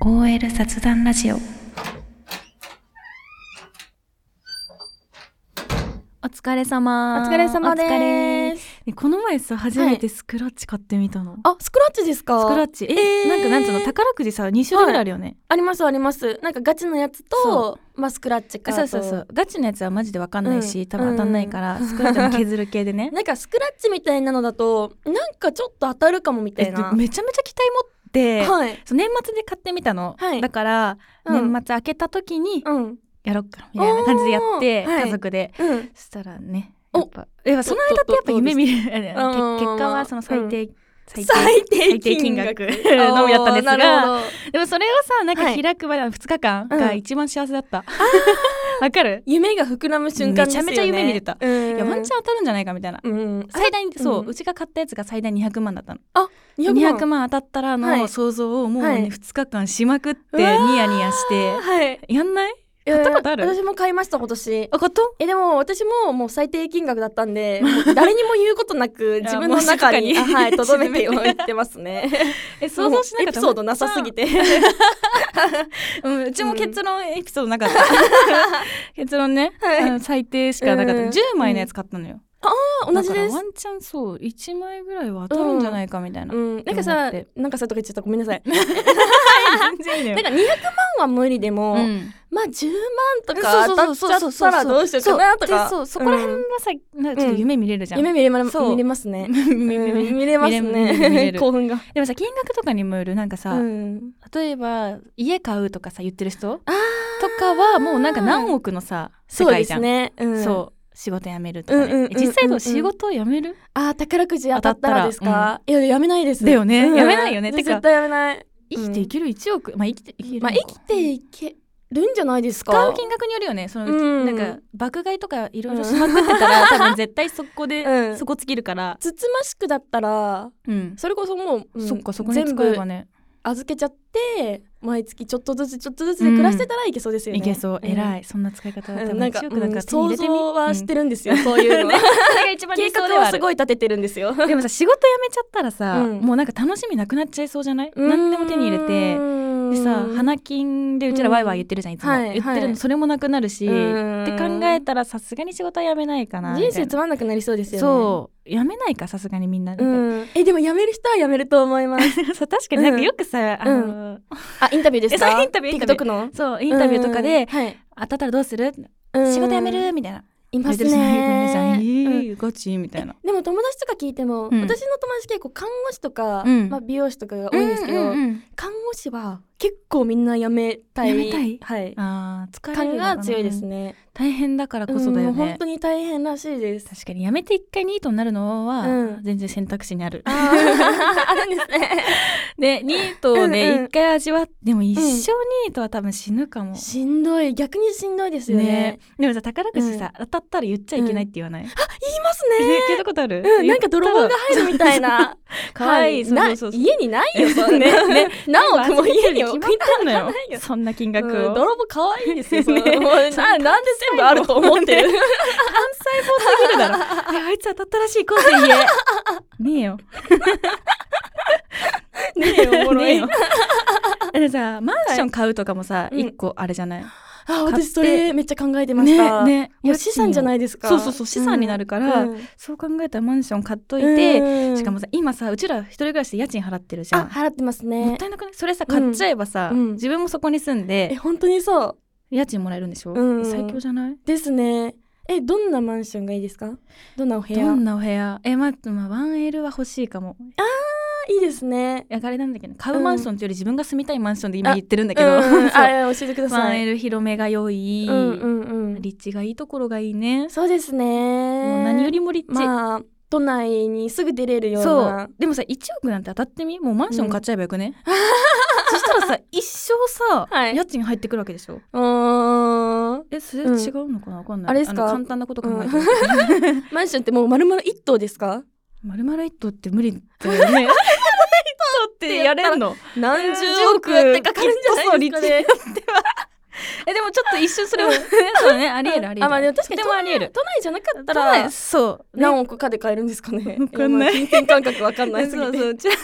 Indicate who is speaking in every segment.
Speaker 1: OL 雑談ラジオ
Speaker 2: お疲れ様
Speaker 3: お疲れ様です
Speaker 2: お疲れねこの前さ初めてスクラッチ買ってみたの、
Speaker 3: あ、スクラッチですか
Speaker 2: スクラッチ
Speaker 3: え
Speaker 2: え、
Speaker 3: ー
Speaker 2: なんかなんつうの宝くじさ2種類ぐらいあるよね、
Speaker 3: ありますあります。なんかガチのやつ
Speaker 2: そ
Speaker 3: と、まあスクラッチか
Speaker 2: そ
Speaker 3: と。
Speaker 2: うそうそう。ガチのやつはマジで分かんないし、
Speaker 3: うん
Speaker 2: 多分当たんないから、スクラッチは削る系でね
Speaker 3: なんかスクラッチみたいなのだと、なんかちょっと当たるかもみた
Speaker 2: え
Speaker 3: い
Speaker 2: でも
Speaker 3: な。
Speaker 2: めちゃめちゃ期待持って、
Speaker 3: はい。
Speaker 2: そう年末で買ってみたの、
Speaker 3: はい
Speaker 2: だから、
Speaker 3: うん
Speaker 2: 年末開けた時に
Speaker 3: うん。
Speaker 2: やろっかみたいな感じでやって、
Speaker 3: おーはい
Speaker 2: 家族で
Speaker 3: うん。
Speaker 2: そしたらね
Speaker 3: お
Speaker 2: やっぱやっぱその間ってやっぱ夢見るけ結
Speaker 3: どうです
Speaker 2: 果はその最低、最
Speaker 3: 最低
Speaker 2: 最低金
Speaker 3: 金
Speaker 2: 額
Speaker 3: 額
Speaker 2: のみやったんで す
Speaker 3: あーなる
Speaker 2: が
Speaker 3: ほど
Speaker 2: でもそれをさなんか
Speaker 3: はい
Speaker 2: 開くまでの2日間が
Speaker 3: うん
Speaker 2: 一番幸せだった わ、かる、
Speaker 3: 夢が膨らむ瞬間ですよね。
Speaker 2: めちゃめちゃ夢見てた
Speaker 3: うん。
Speaker 2: いやワンチャン当たるんじゃないかみたいな、
Speaker 3: うん。
Speaker 2: 最大にそう、う
Speaker 3: うん
Speaker 2: ちが買ったやつが最大200万だったの
Speaker 3: 200
Speaker 2: 200
Speaker 3: 万。
Speaker 2: 万当たったら
Speaker 3: は
Speaker 2: の
Speaker 3: い
Speaker 2: 想像をもう、ね
Speaker 3: はい
Speaker 2: 2日間しまくって
Speaker 3: う
Speaker 2: ニ
Speaker 3: わー
Speaker 2: ヤニヤして
Speaker 3: はい。
Speaker 2: やんない
Speaker 3: 買
Speaker 2: ったことある
Speaker 3: 私も買いました、今年。
Speaker 2: あ買った
Speaker 3: えでも私ももう最低金額だったんでもう誰にも言うことな く自分の中に
Speaker 2: いや
Speaker 3: あ
Speaker 2: もう静
Speaker 3: はい
Speaker 2: かに
Speaker 3: とどめて
Speaker 2: 沈め
Speaker 3: 言ってますね
Speaker 2: え 想像しなかった
Speaker 3: エピソードなさすぎ て
Speaker 2: うん、うちも
Speaker 3: うん
Speaker 2: 結論エピソードな かった。結論ね、
Speaker 3: はい
Speaker 2: あの最低しかなかった。
Speaker 3: うん
Speaker 2: 10枚のやつ買ったのよ。
Speaker 3: 同じで
Speaker 2: だからワ
Speaker 3: す
Speaker 2: ンチャンそう、1枚ぐらいは当たるんじゃないかみたいな。
Speaker 3: うん、なんか
Speaker 2: 思
Speaker 3: さ
Speaker 2: って
Speaker 3: なんかさとか言っちゃったごめんなさいなん
Speaker 2: 全然いいのよ
Speaker 3: か200万は無理でも、
Speaker 2: うん
Speaker 3: まあ10万とか当たっちゃったらどうしようかなとか
Speaker 2: そうでそうそこら辺はさ、なんかちょっと夢見れるじゃん、
Speaker 3: 夢見れ,、ま、
Speaker 2: そう
Speaker 3: 見れますね
Speaker 2: うん
Speaker 3: 見れます
Speaker 2: 見れる見れ
Speaker 3: ね
Speaker 2: る
Speaker 3: 興奮が、
Speaker 2: でもさ金額とかにもよるなんかさ、
Speaker 3: うん、
Speaker 2: 例えば家買うとかさ言ってる人と
Speaker 3: あ
Speaker 2: かはもうなんか何億のさ世
Speaker 3: そうで
Speaker 2: 界じゃ
Speaker 3: す
Speaker 2: ん
Speaker 3: ね、うん、
Speaker 2: そう仕事辞めるとかね、
Speaker 3: うんうんうんうん
Speaker 2: 実際どう仕事を辞める
Speaker 3: あー宝くじ当たった
Speaker 2: 当たったら
Speaker 3: らですか、いややめないです
Speaker 2: だよねやめないよねてか
Speaker 3: 絶対やめない
Speaker 2: 生きていける1億、まあ生きていけるのか
Speaker 3: まあ生きていけるんじゃないですか
Speaker 2: 使う金額によるよねその、
Speaker 3: うん
Speaker 2: なんか爆買いとかいろいろしまくってたら、多分絶対そこで、
Speaker 3: うん
Speaker 2: そこ尽きるから、
Speaker 3: つつましくだったら
Speaker 2: うん
Speaker 3: それこそもう、うん
Speaker 2: そっかそこに使えばね
Speaker 3: 預けちゃって毎月ちょっとずつちょっとずつで暮らしてたらいけそうですよね、
Speaker 2: いけそう偉
Speaker 3: い、
Speaker 2: い、そんな使い方
Speaker 3: う
Speaker 2: は
Speaker 3: ん
Speaker 2: 多分
Speaker 3: なんか、
Speaker 2: 1億だ
Speaker 3: う
Speaker 2: から
Speaker 3: ん
Speaker 2: 手に入
Speaker 3: 想
Speaker 2: れてみ、
Speaker 3: 像はしてるんですよ、そう
Speaker 2: うん
Speaker 3: いうのは
Speaker 2: それが一番
Speaker 3: 計
Speaker 2: 理想で
Speaker 3: 画
Speaker 2: は
Speaker 3: は
Speaker 2: あ
Speaker 3: す
Speaker 2: る
Speaker 3: ごい立ててるんですよ
Speaker 2: でもさ仕事辞めちゃったらさ、
Speaker 3: うん
Speaker 2: もうなんか楽しみなくなっちゃいそうじゃ ない何でも手に入れてでさ花金でうちらワイワイ言ってるじゃんいつも、
Speaker 3: はい
Speaker 2: 言ってる
Speaker 3: は
Speaker 2: の
Speaker 3: い
Speaker 2: それもなくなるし、って
Speaker 3: て
Speaker 2: 考えたらさすがに仕事は辞めないかなみたい
Speaker 3: 人
Speaker 2: な
Speaker 3: 生つまんなくなりそうですよね
Speaker 2: そう辞めないかさすがにみんな、
Speaker 3: うん、えでも辞める人は辞めると思います
Speaker 2: そう確かになんかよくさ、 あの
Speaker 3: あインタビューです
Speaker 2: えそ
Speaker 3: か
Speaker 2: うインタビューインタビュー
Speaker 3: TikTok の
Speaker 2: そうインタビューとかで、
Speaker 3: うんはい
Speaker 2: 当たったらどうする、
Speaker 3: うん
Speaker 2: 仕事辞めるみたいな。
Speaker 3: いますね
Speaker 2: 言ってる人いるじゃん
Speaker 3: うん
Speaker 2: いいガチみたいな。
Speaker 3: でも友達とか聞いても、
Speaker 2: うん
Speaker 3: 私の友達結構看護師とか、
Speaker 2: うん
Speaker 3: まあ、美容師とかが多いんですけど、
Speaker 2: うんうんうん
Speaker 3: 看護師は結構みんな辞めたい
Speaker 2: 辞めたい
Speaker 3: はい、
Speaker 2: あー疲れる
Speaker 3: 感
Speaker 2: のかな
Speaker 3: が強いです。ね
Speaker 2: 大変だからこそだよ
Speaker 3: うんもう
Speaker 2: ね
Speaker 3: 本。当に大変らしいです
Speaker 2: 確かに辞めて一回ニートになるのは、
Speaker 3: うん
Speaker 2: 全然選択肢にある。
Speaker 3: あーあるんですね
Speaker 2: でニートをね一、
Speaker 3: うんうん
Speaker 2: 回味わってでも一生ニートは多分死ぬかも。
Speaker 3: しんどい逆にしんどいですよね
Speaker 2: でもさ宝くじさ、当たったら言っちゃいけないって言わ ない、
Speaker 3: 言います
Speaker 2: え
Speaker 3: ね
Speaker 2: 聞いたことある、
Speaker 3: うん、なんか泥棒が入るみたい な。
Speaker 2: かわいい、
Speaker 3: は
Speaker 2: そうそうそう
Speaker 3: な家にないよ、 そんなね。何億も家に置いて
Speaker 2: 決まったのよ
Speaker 3: ないよ
Speaker 2: そんな金
Speaker 3: う
Speaker 2: 額
Speaker 3: ん
Speaker 2: を、
Speaker 3: 泥棒可愛いですよ、それ
Speaker 2: ね
Speaker 3: も うななんで全部あると思って る。
Speaker 2: すぎる だろ。いやあいつ当たったらしい、こうぜ言え。ねえよ。
Speaker 3: ねえよ、おもろ
Speaker 2: ねえ
Speaker 3: い
Speaker 2: よ。。でもさ、マンション買うとかもさ、
Speaker 3: うん
Speaker 2: 一個あれじゃない。
Speaker 3: あ、
Speaker 2: 買って
Speaker 3: 私それめっちゃ考えてました。
Speaker 2: ね。
Speaker 3: もう資産じゃないいですか。
Speaker 2: そうそうそう、資産になるから、そう考えたらマンション買っといて、しか
Speaker 3: も、
Speaker 2: もさ、今さ、うちら一人暮らしで家賃払ってるじゃ
Speaker 3: あ、
Speaker 2: ん。
Speaker 3: 払ってます
Speaker 2: もっ
Speaker 3: ね。
Speaker 2: たいなくないそれさ、買っちゃえばさ、
Speaker 3: うん
Speaker 2: 自分もそこに住ん
Speaker 3: え、
Speaker 2: で、
Speaker 3: 本当にそう。
Speaker 2: 家賃もらえるんでしょ
Speaker 3: うん
Speaker 2: 最強じゃない
Speaker 3: ですね。え、どんなマンションがいいですかどんなお部
Speaker 2: ど
Speaker 3: 屋
Speaker 2: んなお部屋え、ま、まあ、1L は欲しいかも。
Speaker 3: あいいですね。
Speaker 2: いやあれなんだけど、買う
Speaker 3: うん
Speaker 2: マンションっていうより自分が住みたいマンションで今言ってるんだけ
Speaker 3: う
Speaker 2: ど、
Speaker 3: ん
Speaker 2: そう
Speaker 3: あ、教えてください。
Speaker 2: 1L 広めが良い、
Speaker 3: うんうんうん。
Speaker 2: 立地がいいところがいいね、
Speaker 3: そうですね。
Speaker 2: もう何よりも立地、
Speaker 3: まあ都内にすぐ出れるよう
Speaker 2: そ
Speaker 3: な
Speaker 2: う。でもさ1億なんて当たってみもうマンション買っちゃえばよく ね、そしたらさ一生さ、
Speaker 3: はい
Speaker 2: 家賃入ってくるわけでしょ
Speaker 3: うーん。
Speaker 2: えそれ
Speaker 3: うん
Speaker 2: 違うのかなわかんない
Speaker 3: あれですか
Speaker 2: の簡単なこと考えてるけど、
Speaker 3: マンションってもう丸々一棟ですか？
Speaker 2: まるまる一棟って無理だよね一棟 ってやれんの
Speaker 3: 何
Speaker 2: 十億
Speaker 3: ってかかるんじゃないですかね。
Speaker 2: えでもちょっと一瞬そ れをそうねありえるありえる
Speaker 3: あまあでも確かに
Speaker 2: でもありえる
Speaker 3: 都内じゃなかった
Speaker 2: 都
Speaker 3: ら
Speaker 2: 内そうね
Speaker 3: 何億かで買えるんですかね
Speaker 2: わかんな
Speaker 3: やまあ
Speaker 2: い
Speaker 3: 金銭感覚わかんないすぎて
Speaker 2: そうそううち
Speaker 3: 考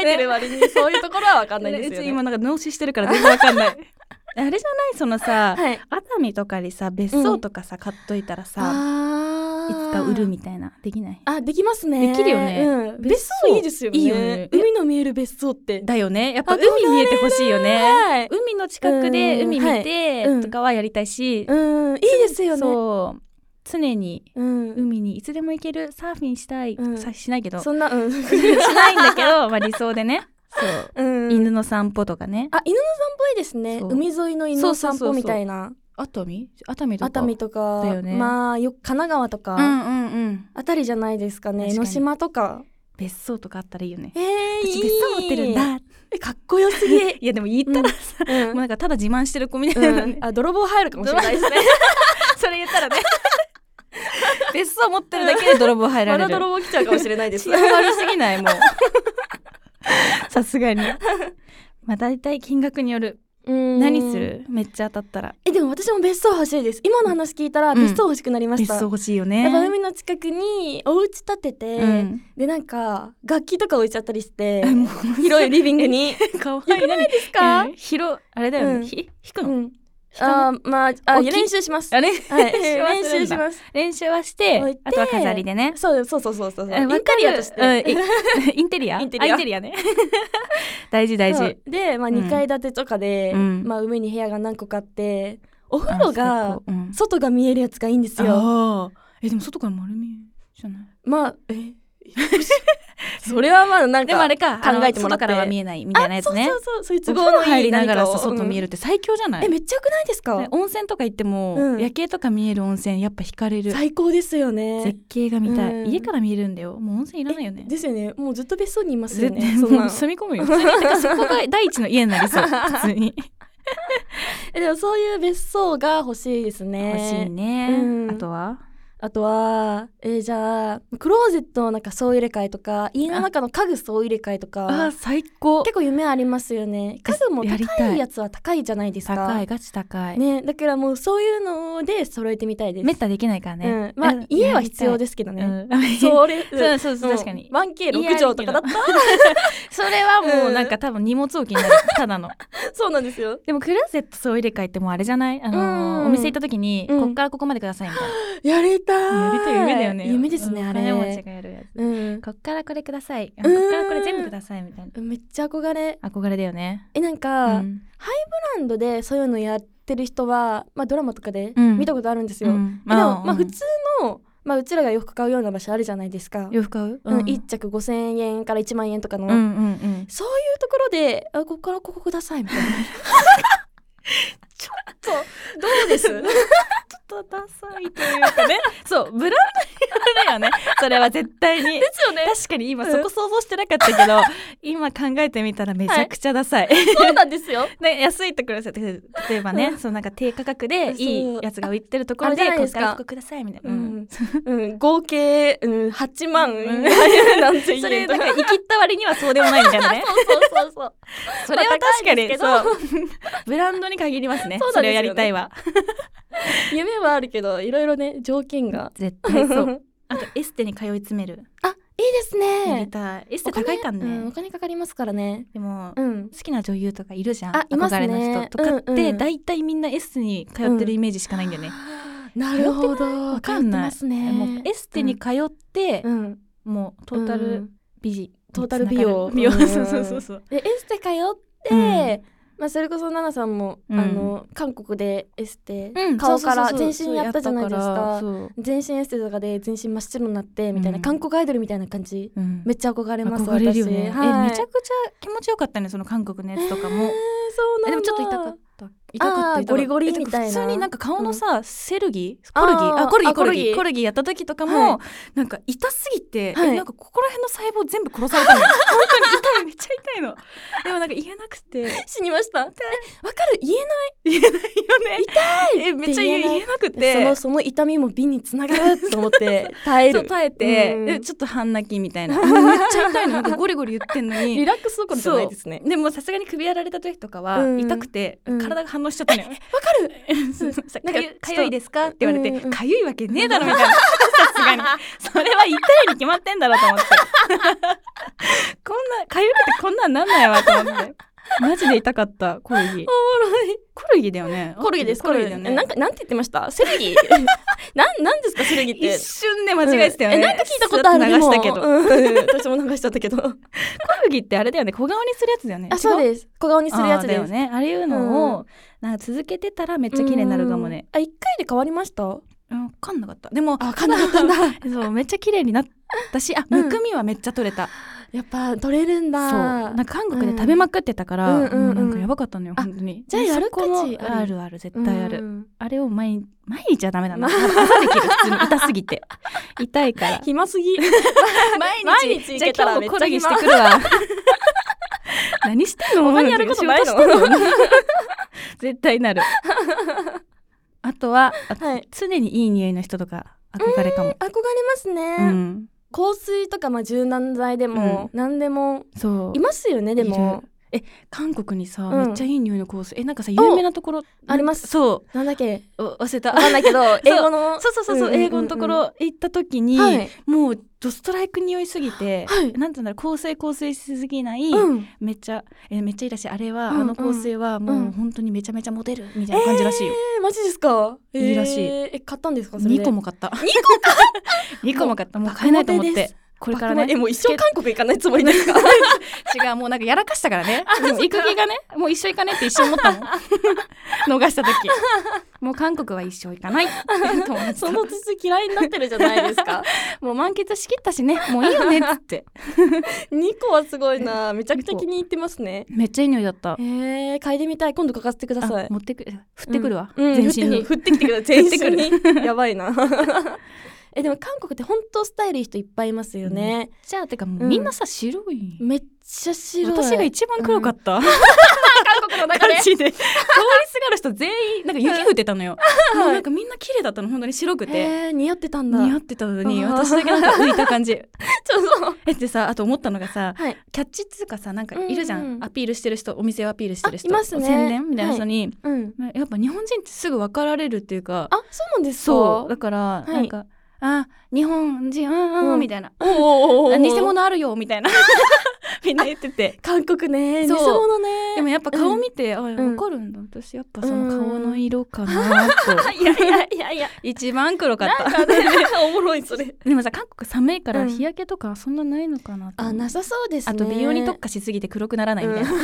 Speaker 3: えてる割にそういうところはわかんないですよ
Speaker 2: うち
Speaker 3: ね
Speaker 2: 今なんか脳死してるから全然わかん ないあれじゃないその さ、
Speaker 3: はい
Speaker 2: 熱海とかにさ別荘とかさ、買っといたらさ
Speaker 3: あ
Speaker 2: いつか売るみたいなできない
Speaker 3: あできますね
Speaker 2: できるよね
Speaker 3: うん、別
Speaker 2: 別荘
Speaker 3: 荘いいですよね
Speaker 2: いいよね
Speaker 3: 海の見える別荘って
Speaker 2: だよねやっぱ
Speaker 3: 憧れ
Speaker 2: 海
Speaker 3: る
Speaker 2: 見えてほしいよね
Speaker 3: はい
Speaker 2: 海の近くで
Speaker 3: うん
Speaker 2: 海見て
Speaker 3: はい
Speaker 2: とかはやりたいし、
Speaker 3: うんいいですよね
Speaker 2: そう常に
Speaker 3: うん
Speaker 2: 海にいつでも行けるサーフィンしたい、
Speaker 3: うん
Speaker 2: さしないけどし
Speaker 3: そんな うんし
Speaker 2: ないんだけ ど、まあ、理想でねそう、
Speaker 3: うん
Speaker 2: 犬の散歩とかね
Speaker 3: あ犬の散歩いいですね
Speaker 2: そう
Speaker 3: 海沿いの犬の散
Speaker 2: そうそ
Speaker 3: 歩
Speaker 2: うそうそう
Speaker 3: みたいな
Speaker 2: 熱海熱海
Speaker 3: 熱海とか
Speaker 2: だよね
Speaker 3: まあよく神奈川と
Speaker 2: う
Speaker 3: か
Speaker 2: んうんうん
Speaker 3: あたりじゃないですかね
Speaker 2: 確
Speaker 3: 江
Speaker 2: かに
Speaker 3: ノ島とか
Speaker 2: 別荘とかあったらいいよね
Speaker 3: えーい
Speaker 2: 私
Speaker 3: い
Speaker 2: 別荘持ってるんだ
Speaker 3: えかっこよすぎ
Speaker 2: いやでも言ったらさ、
Speaker 3: うん
Speaker 2: もうなんかただ自慢してる子みたいな、
Speaker 3: う
Speaker 2: ね
Speaker 3: んあ泥棒入るかもしれないですね
Speaker 2: それ言ったらね別荘持ってるだけで泥 棒入ら
Speaker 3: ま
Speaker 2: れ
Speaker 3: だ
Speaker 2: る
Speaker 3: 泥棒来ちゃうかもしれない です
Speaker 2: 治安悪すぎないもう さすがにまあ大体金額による何
Speaker 3: 何
Speaker 2: するめっちゃ当たったら
Speaker 3: えでも私も別荘欲しいです今の話聞いたら
Speaker 2: うん
Speaker 3: 別荘欲しくなりまし
Speaker 2: 別
Speaker 3: た、
Speaker 2: 荘欲しいよね
Speaker 3: やっぱ海の近くにお家建てて、
Speaker 2: うん
Speaker 3: でなんか楽器とか置いちゃったりして
Speaker 2: えもう
Speaker 3: 広いリビング に
Speaker 2: かわい
Speaker 3: よくないですか、
Speaker 2: うん広あれだよね、
Speaker 3: うん
Speaker 2: ひ
Speaker 3: う
Speaker 2: 弾くの、
Speaker 3: ん、あーまああ
Speaker 2: 大きい
Speaker 3: 練習します
Speaker 2: あれ、
Speaker 3: はい
Speaker 2: 練
Speaker 3: 練
Speaker 2: 習
Speaker 3: 習
Speaker 2: し
Speaker 3: し
Speaker 2: ま
Speaker 3: ます
Speaker 2: 練習はして
Speaker 3: 置いて
Speaker 2: あとは飾りでね
Speaker 3: そうそうそうそうそうイン
Speaker 2: えわかる
Speaker 3: テリアとして、
Speaker 2: うんい インテリア
Speaker 3: インテリア
Speaker 2: あね 大事大
Speaker 3: そ
Speaker 2: 事
Speaker 3: う で、まあ、
Speaker 2: うん
Speaker 3: 2階建てとかで、
Speaker 2: うん
Speaker 3: まあ、上に部屋が何個かあってお風呂
Speaker 2: あ
Speaker 3: が
Speaker 2: そううん
Speaker 3: 外が見えるやつがいいんですよ
Speaker 2: あーえでも外から丸見えじゃない
Speaker 3: まあえ それはまだなんか
Speaker 2: でもあれかあの
Speaker 3: 考えてもらって
Speaker 2: 外からは見えないみたいなやつね
Speaker 3: あそうそうそうそういう
Speaker 2: 都
Speaker 3: 都
Speaker 2: 合
Speaker 3: 合
Speaker 2: の
Speaker 3: の
Speaker 2: 入
Speaker 3: い
Speaker 2: り
Speaker 3: い
Speaker 2: なが
Speaker 3: 何
Speaker 2: ら
Speaker 3: かを
Speaker 2: 外見えるって最強じゃない、
Speaker 3: えめっちゃ良くないですか、
Speaker 2: ね温泉とか行っても、
Speaker 3: うん
Speaker 2: 夜景とか見える温泉やっぱ惹かれる
Speaker 3: 最高ですよね
Speaker 2: 絶景が見たい、
Speaker 3: うん
Speaker 2: 家から見えるんだよもう温泉いらないよね
Speaker 3: ですよねもうずっと別荘にいますよ
Speaker 2: 絶
Speaker 3: ね
Speaker 2: 対
Speaker 3: そん
Speaker 2: も
Speaker 3: な
Speaker 2: うん住み込むよ普通にだからそこが第一の家になりそう普通に
Speaker 3: えでもそういう別荘が欲しいです ね
Speaker 2: 欲しいね、
Speaker 3: うん
Speaker 2: あとは
Speaker 3: あとはえーじゃあクローゼットのなんか総入れ替えとか家の中の家具総入れ替えとか
Speaker 2: あー最高
Speaker 3: 結構夢ありますよね家具も
Speaker 2: やりた
Speaker 3: 高
Speaker 2: い
Speaker 3: いやつは高いじゃないですか
Speaker 2: 高いガチ高い、
Speaker 3: ねだからもうそういうので揃えてみたいです
Speaker 2: めったできないからね、
Speaker 3: うん、まあ
Speaker 2: うん
Speaker 3: 家は必要
Speaker 2: やり
Speaker 3: ですけど
Speaker 2: たい
Speaker 3: ね、
Speaker 2: うん
Speaker 3: それ、
Speaker 2: そうそうそう確かに
Speaker 3: 1K6 畳とかだったら
Speaker 2: それはもうなんか多分荷物置きになるただの
Speaker 3: そうなんですよ
Speaker 2: でもクローゼット総入れ替えってもうあれじゃないあのー
Speaker 3: うん
Speaker 2: お店行った時に、
Speaker 3: うん
Speaker 2: こっからここまでくださいみたい
Speaker 3: やりたい
Speaker 2: な。
Speaker 3: 夢で
Speaker 2: ですす
Speaker 3: ね、
Speaker 2: ね、
Speaker 3: あ
Speaker 2: あれ。
Speaker 3: れ
Speaker 2: がやるやつ。
Speaker 3: うん
Speaker 2: こっからこれください。こっ
Speaker 3: うん
Speaker 2: からこれ全部くださいみたいな。
Speaker 3: めっちゃ憧れ
Speaker 2: 憧れだよね。
Speaker 3: えなん
Speaker 2: う
Speaker 3: か、
Speaker 2: ん。
Speaker 3: ハイブランドでそういうのやってる人は、まあ、ドラマとかで
Speaker 2: うん
Speaker 3: 見たことあるんですよ、
Speaker 2: う
Speaker 3: え
Speaker 2: ん
Speaker 3: でも、まあ、
Speaker 2: うん
Speaker 3: 普通の、まあ、うちらが洋服買うような場所あるじゃないですか、
Speaker 2: 洋服買う
Speaker 3: うん、1着5,000円から1万円とかの、
Speaker 2: うんうんうん。
Speaker 3: そういうところであここからここくださいみ たいなちょっとどう です
Speaker 2: ちょっとダサいというかね。 そう、ブランドだよね。それは絶対に。
Speaker 3: すよね
Speaker 2: 確かに今そこ想像してなかったけど、今考えてみたらめちゃくちゃダサい。
Speaker 3: そうなんですよ
Speaker 2: ね、安いところですよ例えばね、そうなんか低価格でいいやつが売ってるところで
Speaker 3: ああれじゃない
Speaker 2: こ
Speaker 3: で
Speaker 2: っ
Speaker 3: す
Speaker 2: か
Speaker 3: から
Speaker 2: ここくださいみたいな、
Speaker 3: う
Speaker 2: うん
Speaker 3: ん、うん合計、うん、8万
Speaker 2: うん
Speaker 3: 何千
Speaker 2: それ
Speaker 3: 円と
Speaker 2: なん
Speaker 3: か
Speaker 2: か生きった割には そうでもないみたいなね
Speaker 3: そうそうそう
Speaker 2: それは確かに、
Speaker 3: まあ高
Speaker 2: そうブランドに限りますね
Speaker 3: そうなんですよね
Speaker 2: それをやりたいわ
Speaker 3: そう 夢はあるけどいろいろね条件 が
Speaker 2: 絶 対そうあとエステに通い詰める
Speaker 3: あいいです
Speaker 2: やり
Speaker 3: ね
Speaker 2: たいエス
Speaker 3: お
Speaker 2: テ
Speaker 3: 金
Speaker 2: 高いからね、
Speaker 3: うんお金かかりますからね
Speaker 2: でも、
Speaker 3: うん
Speaker 2: 好きな女優とかいるじゃん
Speaker 3: あいますね
Speaker 2: 憧れの人とかっ
Speaker 3: うんう
Speaker 2: て
Speaker 3: ん
Speaker 2: 大体みんなエステに通ってるイメージしかないんだよね、
Speaker 3: なるほど
Speaker 2: わかんない
Speaker 3: 通ってますね
Speaker 2: もうエステに通って、
Speaker 3: うん
Speaker 2: もうトータ
Speaker 3: う
Speaker 2: ル
Speaker 3: ん
Speaker 2: 美人、
Speaker 3: トータル美容
Speaker 2: 美容
Speaker 3: うん
Speaker 2: そうそうそうそう
Speaker 3: でエステ通って、
Speaker 2: うん
Speaker 3: まあ、それこそ奈々さんも、
Speaker 2: うん
Speaker 3: あの韓国でエステ、顔から
Speaker 2: そうそうそう
Speaker 3: 全身やったじゃないです
Speaker 2: そうやったら
Speaker 3: か
Speaker 2: そう
Speaker 3: 全身エステとかで全身真っ白になってみたいな、
Speaker 2: うん
Speaker 3: 韓国アイドルみたいな感じ
Speaker 2: うん
Speaker 3: めっちゃ憧れます
Speaker 2: 憧れるよね、
Speaker 3: 私はい
Speaker 2: えめちゃくちゃ気持ちよかったねその韓国のやつとかも、
Speaker 3: えーそうなんだ
Speaker 2: えでもちょっと痛かった痛かった
Speaker 3: あー
Speaker 2: 痛かった
Speaker 3: ゴリゴリ
Speaker 2: えでも
Speaker 3: みたいな
Speaker 2: 普通になんか顔のさ、セルギ
Speaker 3: あー
Speaker 2: コルギあコルギ
Speaker 3: あ
Speaker 2: コルギ
Speaker 3: コルギ
Speaker 2: コルギやった時とかも、
Speaker 3: は
Speaker 2: なんか痛すぎて、
Speaker 3: はい
Speaker 2: えなんかここら辺の細胞全部殺された の本当に痛いめっちゃ痛いのでもなんか言えなくて
Speaker 3: 死にましたわかる言え
Speaker 2: 言えないよね痛いえめっちゃ言
Speaker 3: 言
Speaker 2: え
Speaker 3: えない
Speaker 2: 言えなく
Speaker 3: ない
Speaker 2: て
Speaker 3: そのその痛みも美につながると思って 耐え
Speaker 2: そう
Speaker 3: る
Speaker 2: 耐えて、
Speaker 3: うん
Speaker 2: でちょっと半泣きみたいな めっちゃ痛いのなんかゴリ ゴリ言ってんのに
Speaker 3: リラックスどころじゃないですね
Speaker 2: でもさすがに首やられた時とかは
Speaker 3: うん
Speaker 2: 痛くて、
Speaker 3: うん
Speaker 2: 体が反応しちゃったのよ。
Speaker 3: わかる
Speaker 2: そうそう
Speaker 3: なんか
Speaker 2: かゆかゆいですかって言われて、
Speaker 3: うんうん
Speaker 2: かゆいわけねえだろみ たいなさすがにそれは痛いに決まってんだろと思 ってこんなかゆくてこんなんなんないわと思ってマジで痛かったコルギ
Speaker 3: おもろい
Speaker 2: コルギだよね
Speaker 3: コルギです
Speaker 2: コ
Speaker 3: コ
Speaker 2: ル
Speaker 3: ル
Speaker 2: ギ
Speaker 3: ギ
Speaker 2: だよね
Speaker 3: なんかなんて言ってましたセ ルギなんなんですかセルギって
Speaker 2: 一瞬で間違えてたよね、
Speaker 3: うんえなんか聞いたことある
Speaker 2: スッ流したけど、
Speaker 3: で
Speaker 2: コ
Speaker 3: もうん 私も流しちゃったけど
Speaker 2: ルギってあれだよね小顔にするやつだよね
Speaker 3: あそう
Speaker 2: す
Speaker 3: です小顔にするやつです
Speaker 2: よねあれいうのを、なんか続けてたらめっちゃ綺麗になるかもね、
Speaker 3: うんあ一回で変わりました
Speaker 2: うん、分かんなかったでも
Speaker 3: あかんなかったんだ
Speaker 2: そうめっちゃ綺麗になったしあ
Speaker 3: うん
Speaker 2: むくみはめっちゃ取れた、
Speaker 3: やっぱ取れるんだ
Speaker 2: そうなんか韓国で食べまくってたから、
Speaker 3: うんうんうんうん
Speaker 2: なんかやばかったのよ
Speaker 3: あ
Speaker 2: 本当に
Speaker 3: じゃあやる価値
Speaker 2: そこのあるある絶対ある、
Speaker 3: うん
Speaker 2: あれを毎毎日はダメだな
Speaker 3: まあ
Speaker 2: 朝できる普通に痛すぎ て痛いから
Speaker 3: 暇す ぎ毎
Speaker 2: 毎日
Speaker 3: いけたらめっ
Speaker 2: じゃあ今日もコ
Speaker 3: ちゃ
Speaker 2: ラギして
Speaker 3: 暇
Speaker 2: くるわ 何してんの
Speaker 3: 他にやることないの
Speaker 2: 仕事してるよ絶対なるあとは、あ
Speaker 3: はい
Speaker 2: 常にいい匂いの人とか憧れかも、
Speaker 3: 憧れますね、
Speaker 2: うん、
Speaker 3: 香水とかまあ柔軟剤でも何でも
Speaker 2: そう
Speaker 3: いますよねで
Speaker 2: い
Speaker 3: も
Speaker 2: る韓国にさ、
Speaker 3: うん
Speaker 2: めっちゃいい匂いの香水えなんかさ有名なところ
Speaker 3: あります
Speaker 2: そ
Speaker 3: なんだっけ
Speaker 2: うお忘れた
Speaker 3: わかんないけ ど英語の
Speaker 2: そうそうそうそう、
Speaker 3: んんんん
Speaker 2: 英語のところ行った時に、
Speaker 3: はい
Speaker 2: もうドストライク匂いすぎて、
Speaker 3: はい
Speaker 2: なんていうんだろう香水香水しすぎない、
Speaker 3: うん
Speaker 2: めっちゃえめっちゃいいらしいあれは、
Speaker 3: うんうん
Speaker 2: あの香水は
Speaker 3: う
Speaker 2: もうん本当にめちゃめちゃモテるみたいな感じらしいよ、
Speaker 3: えーマジですか
Speaker 2: いいらしい
Speaker 3: えーえ買ったんですかそれで
Speaker 2: 二2個も買った2個か 2個も買ったもう
Speaker 3: 爆
Speaker 2: 買えないと思っ
Speaker 3: モテで
Speaker 2: て
Speaker 3: す
Speaker 2: これからね
Speaker 3: えもう一生韓国行かないつもりですか
Speaker 2: 違うもうなんかやらかしたから ね
Speaker 3: あ
Speaker 2: もう
Speaker 3: そっ
Speaker 2: 行
Speaker 3: か
Speaker 2: く気がねもう一生行かねって一瞬思った もん逃した時もう韓国は一生行かない 友達と
Speaker 3: その土嫌いになってるじゃないですか
Speaker 2: もう満喫しきったしねもういいよねっつって
Speaker 3: 二個はすごいなめちゃくちゃ気に入ってますね
Speaker 2: めっちゃいい匂いだった
Speaker 3: えー嗅いでみたい今度書かせてくだ
Speaker 2: あ
Speaker 3: さい
Speaker 2: 持ってく振ってくるわ、
Speaker 3: うん
Speaker 2: 全身に
Speaker 3: 降ってきてください
Speaker 2: 降ってく
Speaker 3: 全
Speaker 2: る
Speaker 3: 身にやばいな えでも韓国って本当スタイルいい人いっぱいいますよね、
Speaker 2: じゃあてかもう
Speaker 3: うん
Speaker 2: みんなさ、白い
Speaker 3: めっちゃ白い
Speaker 2: 私が一番黒かった、
Speaker 3: 韓国の
Speaker 2: マジで通りすがる人全員なんか雪降ってたのよ、もうなんかみんな綺麗だったの本当に白くて、
Speaker 3: えー、似合ってたんだ
Speaker 2: 似合ってたのに
Speaker 3: あー
Speaker 2: 私だけなんか浮いた感 じ
Speaker 3: ちょっと
Speaker 2: えってさあと思ったのがさ
Speaker 3: はい
Speaker 2: キャッチっつうかさなんかいるじゃん、
Speaker 3: うんうん
Speaker 2: アピールしてる人お店をアピールしてる人
Speaker 3: あいますね
Speaker 2: 宣伝みたいな人に、
Speaker 3: うん
Speaker 2: やっぱ日本人ってすぐ分かられるっていうか
Speaker 3: あそうなんですか
Speaker 2: そうだから、
Speaker 3: い
Speaker 2: なんか「あ日本人うんう」
Speaker 3: うんん
Speaker 2: みたいな
Speaker 3: おーおーお
Speaker 2: 「あ
Speaker 3: ー
Speaker 2: 偽物あるよ」みたいな みんな言っ てて。
Speaker 3: 韓国ね偽
Speaker 2: そう
Speaker 3: 物ね
Speaker 2: でもやっぱ顔見て、あ
Speaker 3: ん
Speaker 2: 分かるんだ私やっぱその顔の色かなと
Speaker 3: あいやいやいやいや
Speaker 2: 一番黒かっ
Speaker 3: なんか
Speaker 2: た
Speaker 3: ねおもろいそれ
Speaker 2: でもさ韓国寒いから
Speaker 3: うん
Speaker 2: 日焼けとかそんなないのかなと思
Speaker 3: あ
Speaker 2: って
Speaker 3: なさそうです
Speaker 2: あ
Speaker 3: ね
Speaker 2: と美容に特化しすぎて黒くならないみたいな、
Speaker 3: うん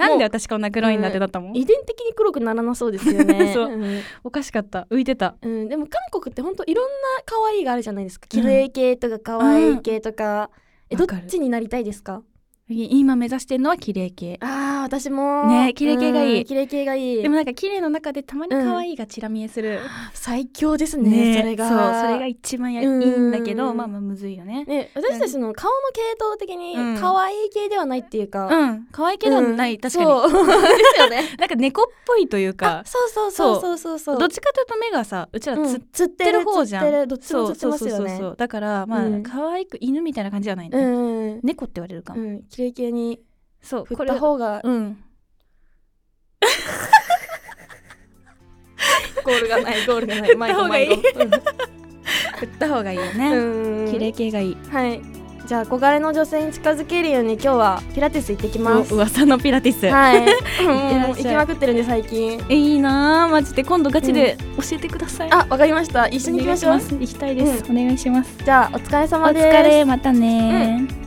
Speaker 2: なんで
Speaker 3: も
Speaker 2: 私こんな黒いんだってなったもん、
Speaker 3: う遺伝的に黒くならな そうですよね
Speaker 2: そうんおかしかった浮いてた
Speaker 3: うん、でも韓国って本当いろんな可愛いがあるじゃないですか綺麗系とか可愛い系とか、えど
Speaker 2: わ
Speaker 3: っ
Speaker 2: かる
Speaker 3: ちになりたいですか
Speaker 2: 今目指してるのは綺麗系
Speaker 3: あー私も
Speaker 2: ね綺麗系がいい
Speaker 3: うん綺麗系がいい
Speaker 2: でもなんか綺麗の中でたまに可愛いがちら見えする、
Speaker 3: 最強ですねそれが
Speaker 2: そうそれが一番やいいんだけど、
Speaker 3: うん
Speaker 2: まあまあむずいよね
Speaker 3: ね、私たちの顔の系統的に
Speaker 2: うん
Speaker 3: 可愛い系ではないっていうか、
Speaker 2: うん可愛いけどない、
Speaker 3: うん
Speaker 2: 確かに
Speaker 3: そう ですよね
Speaker 2: なんか猫っぽいという
Speaker 3: あ
Speaker 2: か
Speaker 3: そうそうそうそうそうそう
Speaker 2: どっちかというと目がさうちら
Speaker 3: う
Speaker 2: つ
Speaker 3: ん釣っ
Speaker 2: 釣ってる方じゃん
Speaker 3: 釣ってるどっちも釣ってますよね
Speaker 2: だからまあ、
Speaker 3: うん
Speaker 2: 可愛く犬みたいな感じじゃないん
Speaker 3: う
Speaker 2: だよね、
Speaker 3: んうん
Speaker 2: 猫って言われるかも、
Speaker 3: うん綺麗系に
Speaker 2: そう
Speaker 3: 振
Speaker 2: こ
Speaker 3: っ
Speaker 2: れ
Speaker 3: た方が
Speaker 2: うん
Speaker 3: ゴールがないゴールがない
Speaker 2: 振っ
Speaker 3: 迷
Speaker 2: た方がいい
Speaker 3: 子 迷子
Speaker 2: 振った方がいいよ
Speaker 3: う
Speaker 2: ね、
Speaker 3: んうん
Speaker 2: 綺麗系がいい
Speaker 3: はいじゃあ憧れの女性に近づけるように今日はピラティス行ってきます
Speaker 2: う
Speaker 3: はい
Speaker 2: 噂のピラティス、
Speaker 3: うん
Speaker 2: い
Speaker 3: もう行きまくってるんで最近
Speaker 2: えいいなあマジで今度ガチで教えてください、
Speaker 3: あわかりました一緒に行きましょう
Speaker 2: お願います行きたいです、お願いします
Speaker 3: じゃあお疲れ
Speaker 2: お
Speaker 3: 様
Speaker 2: 疲
Speaker 3: です
Speaker 2: れまたねー